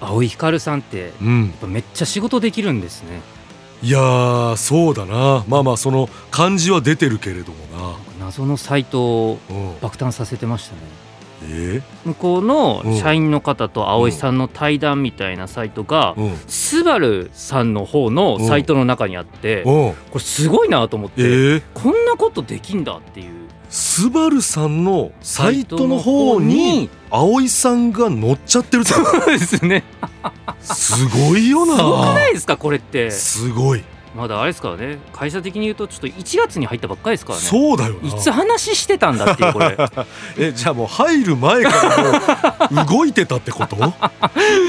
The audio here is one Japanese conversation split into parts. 青井ひかるさんってやっぱめっちゃ仕事できるんですねいやーそうだなまあまあその感じは出てるけれども謎のサイトをな、うん、爆誕させてましたねえ向こううんの社員の方と青井さんの対談みたいなサイトがうんスバルさんの方のサイトの中にあってこうんれすごいなと思っえてーこんなことできんだっていうスバルさんのサイトの方に葵さんが乗っちゃってるってこそうですねとすごいよすごくなないですかこれってすごいまだあれですからね会社的に言うとちょっと1月に入ったばっかりですからねそうだよないつ話してたんだっていうこれえじゃあもう入る前からもう動いてたってこと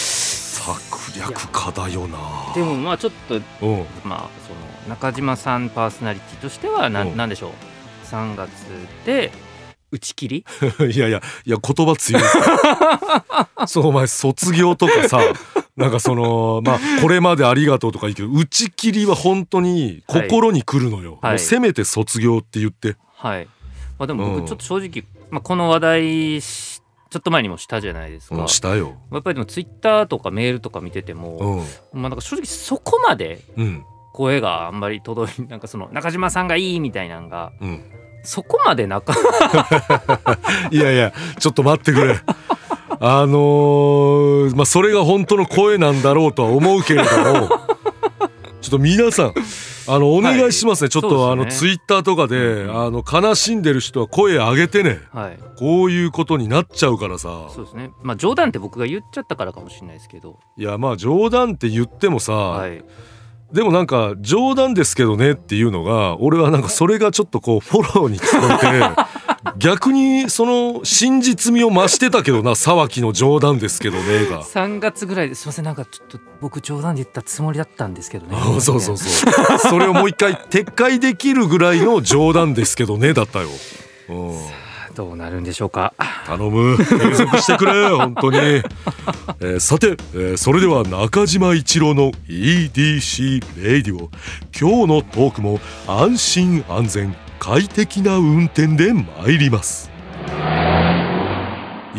策略家だよなでもまあちょっとうんまあ、その中島さんパーソナリティとしてはなうんんなんでしょう3月で打ち切り いやいやいや言葉強い そうお前卒業とかさなんかそのまあこれまでありがとうとか言うけど打ち切りは本当に心に来るのよ、はいもうせめて卒業って言ってはい、まあ、でもうん僕ちょっと正直、まあ、この話題しちょっと前にもしたじゃないですか、うんしたよやっぱりでもツイッターとかメールとか見てても、うんまあ、なんか正直そこまでうん声があんまり届い なんかその中島さんがいいみたいなのがうんそこまでなかいやいやちょっと待ってくれあのーまあそれが本当の声なんだろうとは思うけれど もちょっと皆さんあのお願いしますね、ちょっと、そあうですねのツイッターとかでうんあの悲しんでる人は声上げてねはいこういうことになっちゃうからさそうですねまあ冗談って僕が言っちゃったからかもしれないですけどいやまあ冗談って言ってもさ、はいでもなんか冗談ですけどねっていうのが俺はなんかそれがちょっとこうフォローに聞こ えて逆にその真実味を増してたけどな沢木の冗談ですけどねが。 3月ぐらいですいませんなんかちょっと僕冗談で言ったつもりだったんですけどねあ そうそうみそうそれをもう一回撤回できるぐらいの冗談ですけどねだったよ。うん、たいな どうなるんでしょうか頼む継続してくれ本当に、えーさて、えーそれでは中島一郎の EDC レディオ今日のトークも安心安全快適な運転で参ります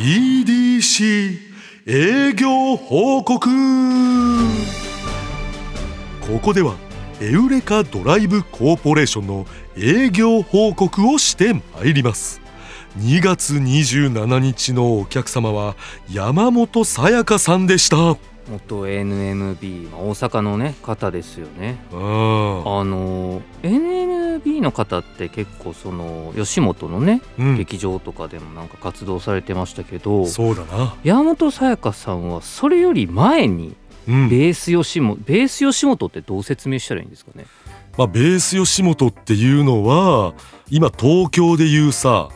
EDC 営業報告ここではエウレカドライブコーポレーションの営業報告をしてまいります2月27日のお客様は山本さやかさんでしたうん元 NMB まあ大阪のね方ですよねあの NMB の方って結構その吉本のね、うん劇場とかでもなんか活動されてましたけどそうだな山本さやかさんはそれより前にうんベース吉本ベース吉本ってどう説明したらいいんですかねまあベース吉本っていうのは今東京でいうさ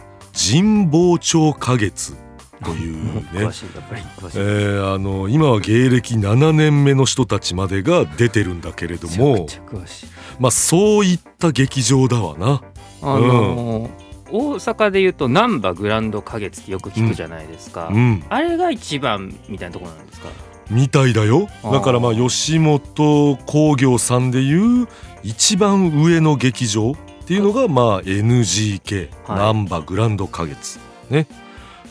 神保町花月というね 詳しいやっぱり詳しえい、ーあの今は芸歴7年目の人たちまでが出てるんだけれどもめちゃくちゃ詳しいまあそういった劇場だわなあのー大阪でいうと難波グランド花月ってよく聞くじゃないですか、うんあれが一番みたいなところなんですかみたいだよあーだからまあ吉本興業さんでいう一番上の劇場っていうのがまあ NGK はい難波グランド花月ね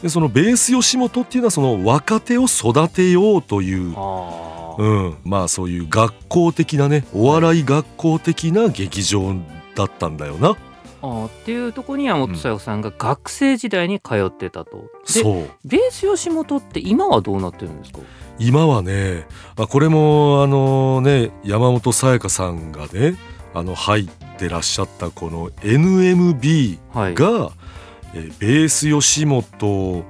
でそのベース吉本っていうのはその若手を育てようという、あーうん、まあそういう学校的なねお笑い学校的な劇場だったんだよなあーっていうとこに山本小夜さんが学生時代に通ってたと、でそうベース吉本って今はどうなってるんですか今はね、まあ、これもあのね山本さやかさんがねあの入ってらっしゃったこの NMB はいが、えーベース吉本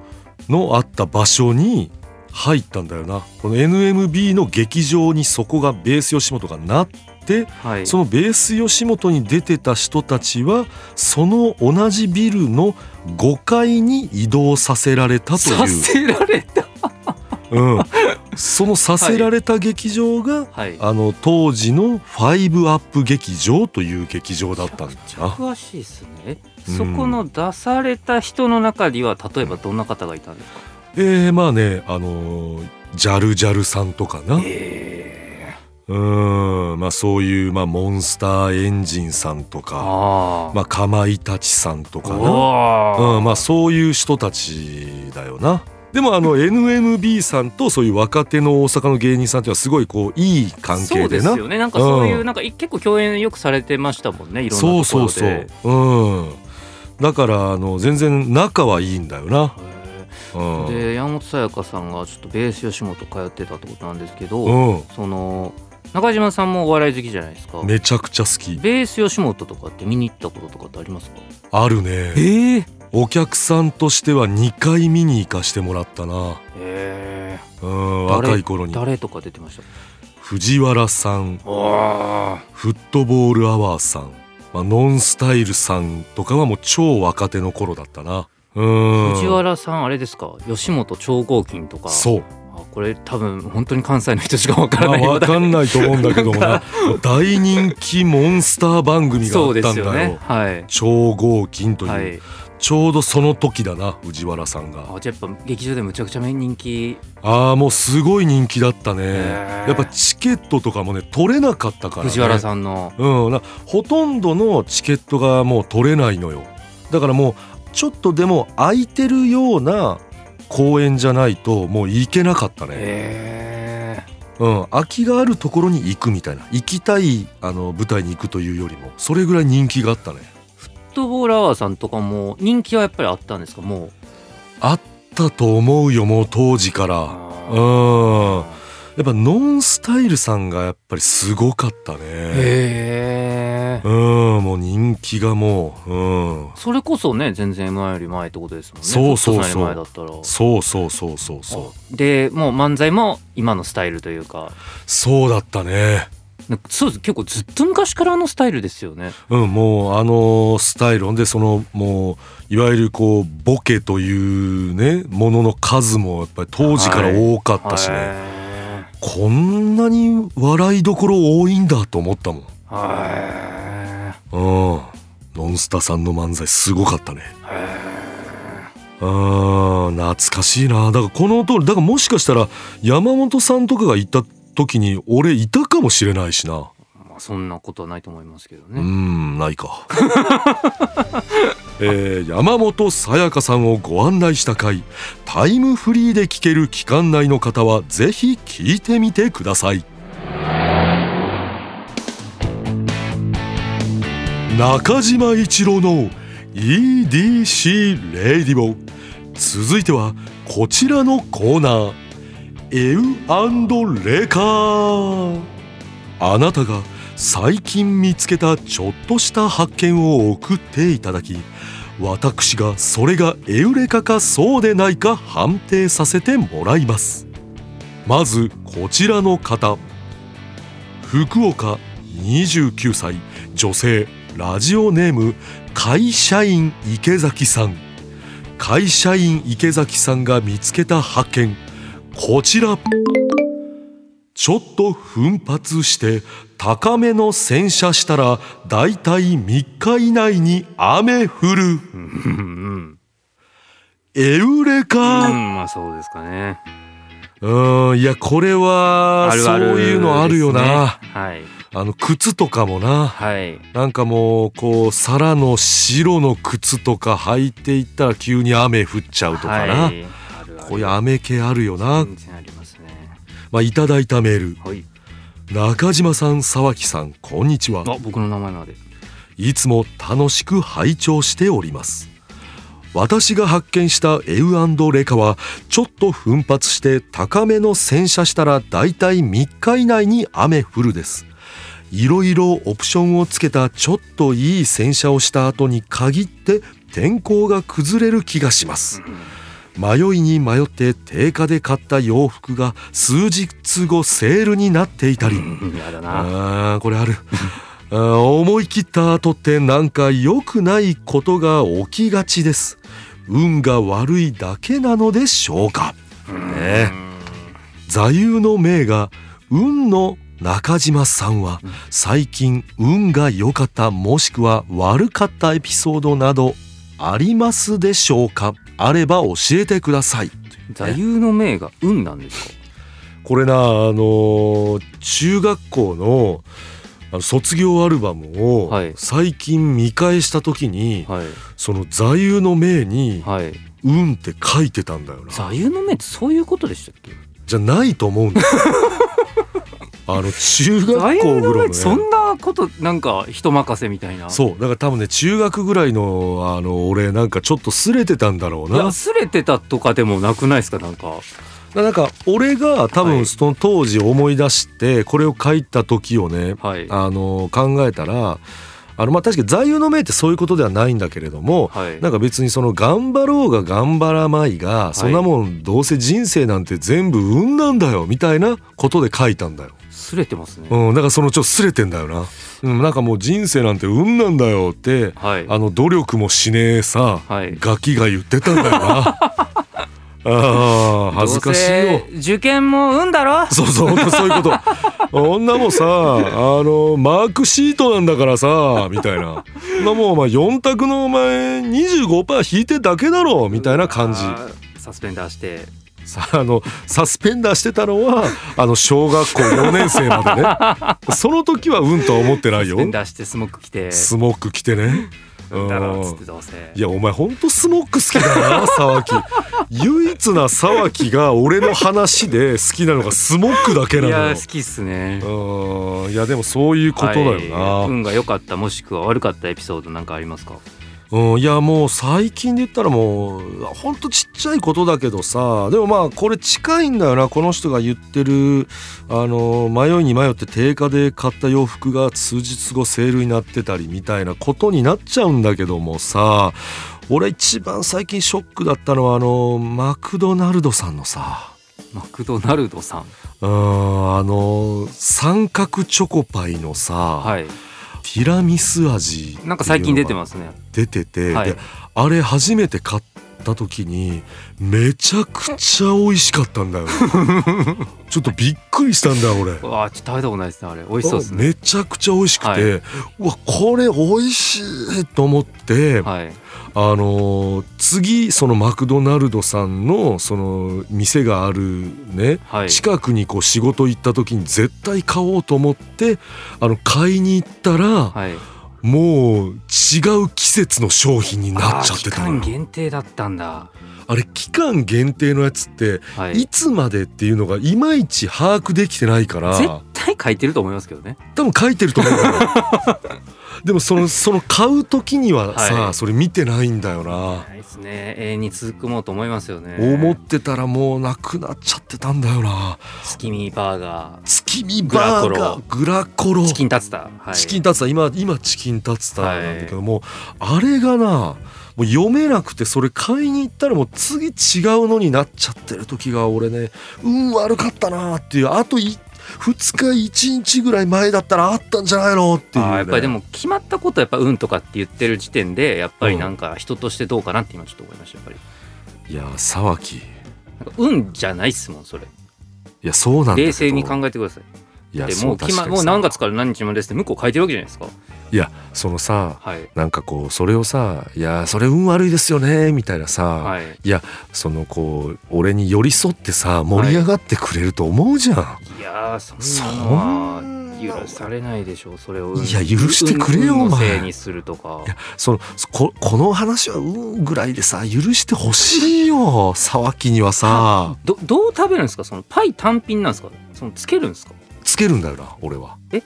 のあった場所に入ったんだよなこの NMB の劇場にそこがベース吉本がなってはいそのベース吉本に出てた人たちはその同じビルの5階に移動させられたというさせられたうん、そのさせられた劇場が、はい。あの当時のファイブアップ劇場という劇場だったんだな詳しいですね。うんそこの出された人の中には例えばどんな方がいたんですか。えー、まあねあのージャルジャルさんとかなえうーんまあそういう、まあ、モンスターエンジンさんとー、かああ。まあかまいたちさんとかなおうーん、まあそういう人たちだよな。でもあ の NMB さんとそういう若手の大阪の芸人さんっていうのはすごいこういい関そ係うでですな。よね。なんかそういう、うんなんかい結構共演よくされてましたもんね。いろんなところそで。うそうそう。うん。だからあの全然仲はいいんだよな。うへん。ーで山本さやかさんがちょっとベース吉本通ってたってことなんですけど、うその中島さんもお笑い好きじゃないですかん。めちゃくちゃ好き。ベース吉本とかって見に行ったこととかってありますかあるね。ええお客さんとしては2回見に行かしてもらったな。えうん。誰若い頃に誰とか出てました藤原さん、あフットボールアワーさん、まあ、ノンスタイルさんとかはもう超若手の頃だったな。うん。藤原さんあれですか吉本超合金とかそう。あこれ多分本当に関西の人しかわからまないあ、わかんいないと思うんだけどもな な。大人気モンスター番組があそっうでたんすだよ。よねはい超合金という、はい、ちょうどその時だな藤原さんがあじゃあやっぱ劇場でむちゃくちゃ人気、ああもうすごい人気だったねへーやっぱチケットとかもね取れなかったから、ね、藤原さんのうん、なほとんどのチケットがもう取れないのよだからもうちょっとでも空いてるような公演じゃないともう行けなかったね、ええうん、空きがあるところに行くみたいな行きたいあの舞台に行くというよりもそれぐらい人気があったねフットボールアワーさんとかも人気はやっぱりあったんですかもうあったと思うよもう当時からうんやっぱノンスタイルさんがやっぱりすごかったねへえうんもう人気がもううんそれこそね全然 m 1より前ってことですもんねそうそうそうフットサル前だったらそうそうそうそうそうでもう漫才も今のスタイルというかそうだったねなんかそうです結構ずっと昔からのスタイルですよねうんもうあのスタイルほんでそのもういわゆるこうボケというねものの数もやっぱり当時から多かったしね、はこんなに笑いどころ多いんだと思ったもんいはうんノンスタさんの漫才すごかったねいはうん懐かしいなだからこの通りだからもしかしたら山本さんとかが行った時に俺いたかもしれないしな、いまあそんなことはないと思いますけどうねんないか えー山本さやかさんをご案内した回タイムフリーで聴ける期間内の方はぜひ聞いてみてください中島一郎の EDC レディオ続いてはこちらのコーナーエウレカーあなたが最近見つけたちょっとした発見を送っていただき私がそれがエウレカかそうでないか判定させてもらいますまずこちらの方福岡29歳女性ラジオネーム会社員池崎さん会社員池崎さんが見つけた発見こちらちょっと奮発して高めの洗車したらだいたい3日以内に雨降るうんうんエウレうカんまあそうですかねうんいやこれはあるそあうるいうのあるよなですねはいあの靴とかもなはいなんかもうこう皿の白の靴とか履いていったら急に雨降っちゃうとかな、はいあるあるこういう雨系あるよな、全然ありますねまあ、いただいたメールはい中島さん沢木さんこんにちはあ僕の名前までいつも楽しく拝聴しております私が発見したエウレカはちょっと奮発して高めの洗車したらだいたい3日以内に雨降るですいろいろオプションをつけたちょっといい洗車をした後に限って天候が崩れる気がします迷いに迷って定価で買った洋服が数日後セールになっていたり、うんやだなあーこれある あー思い切った後ってなんか良くないことが起きがちです運が悪いだけなのでしょうかねうん座右の銘が運の中島さんは最近運が良かったもしくは悪かったエピソードなどありますでしょうかあれば教えてください座右の銘が運なんですかこれなあのー中学校のあの卒業アルバムをはい最近見返した時に、はいその座右の銘にはい「運」って書いてたんだよな座右の銘ってそういうことでしたっけじゃないと思うんだ よあの中学座右校のぐらい銘のそねんなことなんか人任せみたいなそうだから多分ね中学ぐらいのあの俺なんかちょっとすれてたんだろういやなすれてたとかでもなくないですかなんかなんか俺が多は分いその当時思い出してこれを書いた時をねはいあの考えたらあのまあ確かに座右の銘ってそういうことではないんだけれどもはいなんか別にその頑張ろうが頑張らまいがいそんなもんどうせ人生なんて全部運なんだよみたいなことで書いたんだよ。すれてますね、うん、なんかそのちょっとすれてんだよな、うん、なんかもう人生なんて運なんだよってはいあの努力もしねえさ、はいガキが言ってたんだよな あー恥ずかしいよどうせ受験も運だろ そうそう本当そういうこと女もさあのマークシートなんだからさみたいなそんなもうお前4択のお前25%引いてだけだろみたいな感じあーサスペンダーしてさあのサスペンダーしてたのはあの小学校4年生までねその時は運とは思ってなサいスよペンダーしてスモーク着てスモック着てね。運だろっうつんってどうせいやお前ほんとスモック好きだな沢木唯一な沢木が俺の話で好きなのがスモックだけないのやよ好きっすねうんいやでもそういうことだよな、はい運が良かったもしくは悪かったエピソードなんかありますかうん、いやもう最近で言ったらもうほんとちっちゃいことだけどさでもまあこれ近いんだよなこの人が言ってるあの迷いに迷って定価で買った洋服が数日後セールになってたりみたいなことになっちゃうんだけどもさ俺一番最近ショックだったのはあのマクドナルドさんのさマクドナルドさんうんあの三角チョコパイのさ、はいティラミス味なんか最近出てすますね出てて、はいであれ初めて買った時にめちゃくちゃ美味しかったんだ よちょっとびっくりしたんだよ俺うわーちょっと食べたことないですねあれ美味しそうですねめちゃくちゃ美味しくて、はいうわこれ美味しいと思って、はいあのー次そのマクドナルドさんのその店があるねはい近くにこう仕事行った時に絶対買おうと思ってあの買いに行ったら、はいもう違う季節の商品になっちゃってたあーの期間よ限定だったんだあれ期間限定のやつってはいいつまでっていうのがいまいち把握できてないから絶対書いてると思いますけどね多分書いてると 思うよでもそのその買う時にはさ、はいそれ見てないんだよな、ないですね永遠に続くものと思いますよね思ってたらもうなくなっちゃってたんだよな月見バーガ月見バーガーグラコローチキンタツタ、はい、チキンタツタ今今チキンタツタなんだけども、あれがなもう読めなくてそれ買いに行ったらもう次違うのになっちゃってる時が俺ねうん悪かったなっていうあと2日1日ぐらい前だったらあったんじゃないのっていう、あね、ーやっぱりでも決まったことはやっぱ運とかって言ってる時点でやっぱりなんか人としてどうかなって今ちょっと思いましたやっぱりいや沢木いなんか運じゃないっすもんそれやそうなんだけど冷静に考えてくださいいやでそもうう確決まかにもうさ何月から何日までですって向こう書いてるわけじゃないですかいやそのさはいなんかこうそれをさ「いやそれ運悪いですよね」みたいなさ、はいいやそのこう俺に寄り添ってさ盛り上がってくれると思うじゃん、いやーそそんなのはんな許されないでしょうそれをいや許してくれよ運おの前せいにするとかいやそのここの話はうんぐらいでさ許してほしいよ沢木にはさどどう食べるんですかそのパイ単品なんですかそのつけるんですかつけるんだよな俺はえ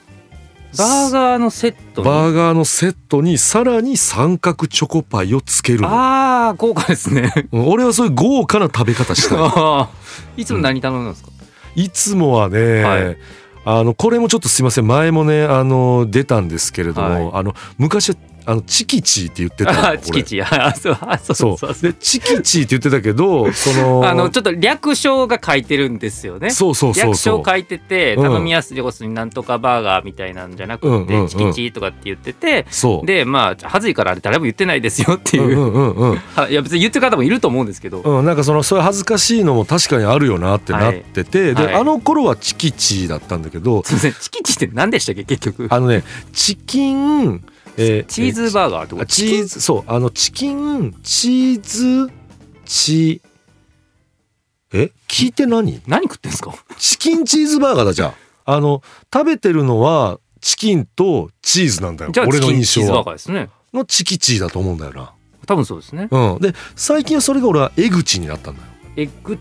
バーガーのセットにバーガーのセットにさらに三角チョコパイをつけるのああ豪華ですねうん俺はそういう豪華な食べ方した あーいつも何頼むんですか、いいつもはね、はいあのこれもちょっとすいません前もねあの出たんですけれども、あの昔はあのチキチーって言ってたあの チキチチあそうあそそうそううそうでチキチーって言ってたけどその あのちょっと略称が書いてるんですよねそうそうそう略そ称う書いててうん頼みやすい要するになんとかバーガーみたいなんじゃなうんくうんうんてチキチとかって言っててそうでまあ恥ずいからあれ誰も言ってないですよってうん いうう、んうんうんはいや別に言ってる方もいると思うんですけど、うん、なんかそのそういう恥ずかしいのも確かにあるよなってなってて、はいで、はいあの頃はチキチーだったんだけどすいませんチキチって何でしたっけ結局あのねチキン、えチーズバーガーってこあとチーズそうあのチキンチーズチえ聞いて何何食ってんですかチキンチーズバーガーだじゃんあの食べてるのはチキンとチーズなんだよじゃあ俺チのキンチ印ー象ズバーはガーですねのチキチーだと思うんだよな多分そうですねうんで最近はそれが俺はエグチになったんだよエッグ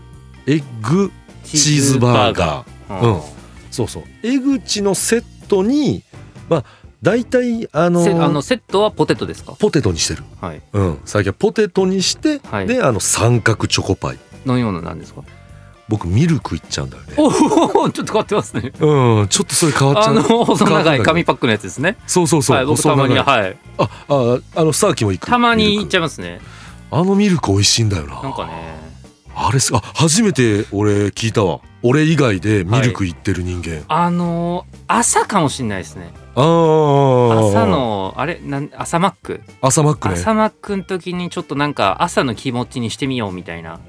エッグチーズバーガーーうんそうそうエグチのセットにまあ大体あのせあのセットはポテトですかポテトにしてるはいうん最近はポテトにして、はいであの三角チョコパイのようななんですか僕ミルクいっちゃうんだよねおおちょっと変わってますねうんちょっとそれ変わっちゃあうの細長い紙パックのやつですねそうそうそう、はい僕細た長まいにはいあああのスターキーも行くたまにミ行ルっクちゃいますねあのミルク美味しいんだよななんかねあれすあ初めて俺聞いたわ俺以外でミルク行ってる人間、あのー朝かもしんないですねああ朝のあれなん朝マック朝マックね朝マックの時にちょっとなんか朝の気持ちにしてみようみたいな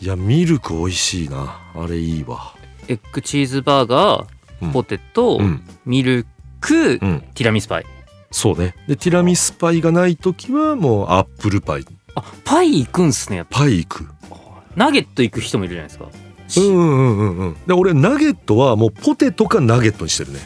いやミルク美味しいなあれいいわエッグチーズバーガうんーポテト、うんミルク、テうんィラミスパイそうねでティラミスパイがない時はもうアップルパイあパイ行くんすねやっぱパイ行くナゲット行く人もいるじゃないですかうんうんうんうんで俺ナゲットはもうポテトかナゲットにしてるね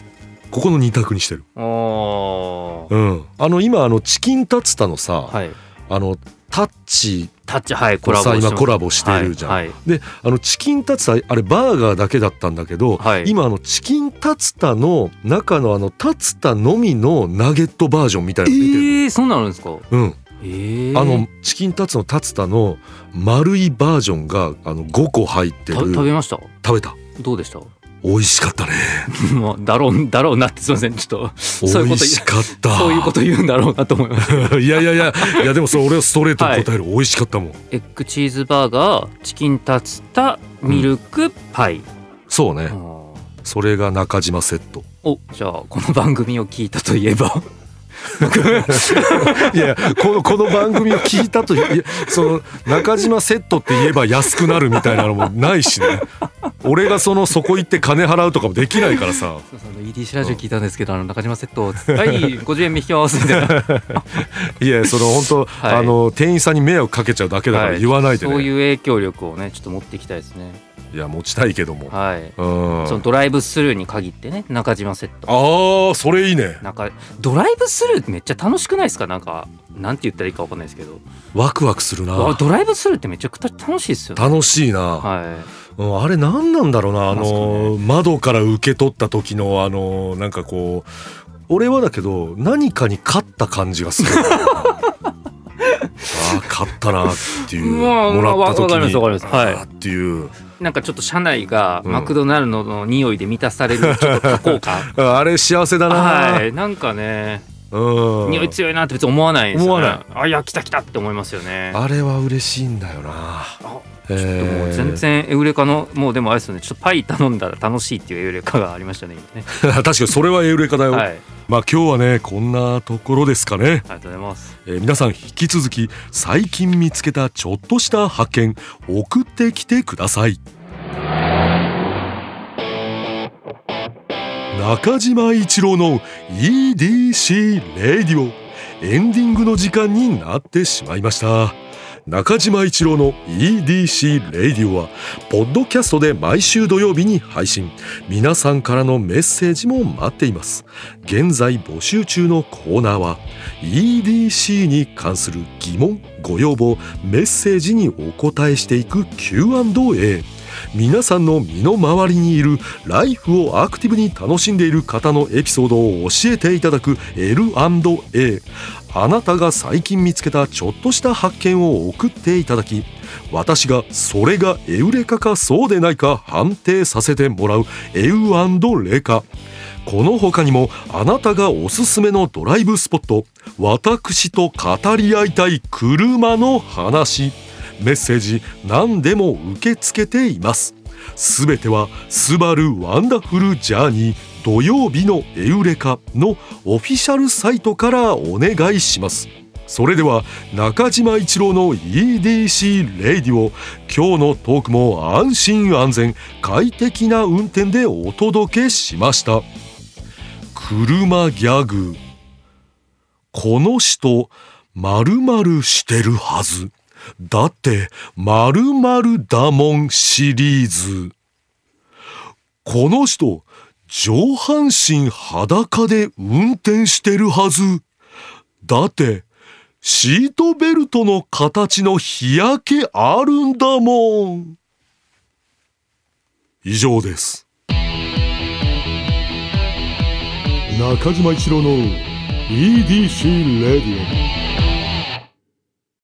ここの二択にしてるおーうんあの今あのチキンタツタのさ、はいあのタッチタッチはいこコれラボさして今コラボしてるじゃん、はいはいであのチキンタツタあれバーガーだけだったんだけど、はい今あのチキンタツタの中のあのタツタのみのナゲットバージョンみたいなの出てる、えー、そんなのあるんですかうん、えー、あのチキンタツタのタツタの丸いバージョンがあの5個入ってたる食べました食べたどうでした 美味しかったねまあだろうだろうなってすいませんちょっ美そういうこと味しかったとそういうこと言うんだろうなと思います といやいやいやいやでもそれ俺はストレートに答える、美味しかったもんエッグチーズバーガーチキンタツタミルクパイ、そうね、あーそれが中島セットおじゃあこの番組を聞いたといえ ばいやこのこの番組を聞いたといいやその中島セットって言えば安くなるみたいなのもないしね俺がそのそこ行って金払うとかもできないからさそうそうあの EDC ラジオ聞いたんですけど、あの中島セットつってはい50円引きますみたいないやその本当、はいあの店員さんに迷惑かけちゃう だけだから言わないでね、そうい、いう影響力をねちょっと持っていきたいですねや持ちたいけども、はういんそのドライブスルーに限ってね中島セットああそれいいねなんかドライブスルーめっちゃ楽しくないですかなんかなんて言ったらいいかわかんないですけどワクワクするあなドライブスルーってめちゃくちゃ楽しいですよね楽しいな、はうん、あれ何なんだろうなあなんすかの、窓から受け取った時のあのなんかこう俺はだけど何かに勝った感じがする ああ勝ったなっていううわもらった時わかりまにすわかりますはいああっていういなんかちょっと車内がうんマクドナルドの匂いで満たされるちょっと効果あ あれ幸せだな、はいなんかねうん、匂い強いなって別に思わないですよ思ねわあいや来た来たって思いますよねあれは嬉しいんだよなあちょっでももう全然エウレカのもうでもあれですよねちょっとパイ頼んだら楽しいっていうエウレカがありましたね今ね 確かにそれはエウレカだよ、はいありまあ今日はねこんなところですかねがとうございますえー皆さん引き続き最近見つけたちょっとした発見送ってきてください中島一郎の EDC レディオエンディングの時間になってしまいました中島一郎の EDC レディオはポッドキャストで毎週土曜日に配信皆さんからのメッセージも待っています現在募集中のコーナーは EDC に関する疑問ご要望メッセージにお答えしていく Q&A 皆さんの身の回りにいるライフをアクティブに楽しんでいる方のエピソードを教えていただく L&A あなたが最近見つけたちょっとした発見を送っていただき私がそれがエウレカかそうでないか判定させてもらうエウレカこの他にもあなたがおすすめのドライブスポット私と語り合いたい車の話メッセージ何でも受け付けていますすべては「スバルワンダフルジャーニー土曜日のエウレカ」のオフィシャルサイトからお願いしますそれでは中島一郎の EDC レイディオ今日のトークも安心安全快適な運転でお届けしました車ギャグこの人〇〇してるはずだって〇〇だもんシリーズこの人上半身裸で運転してるはずだってシートベルトの形の日焼けあるんだもん以上です E 中島一郎の EDC レディオ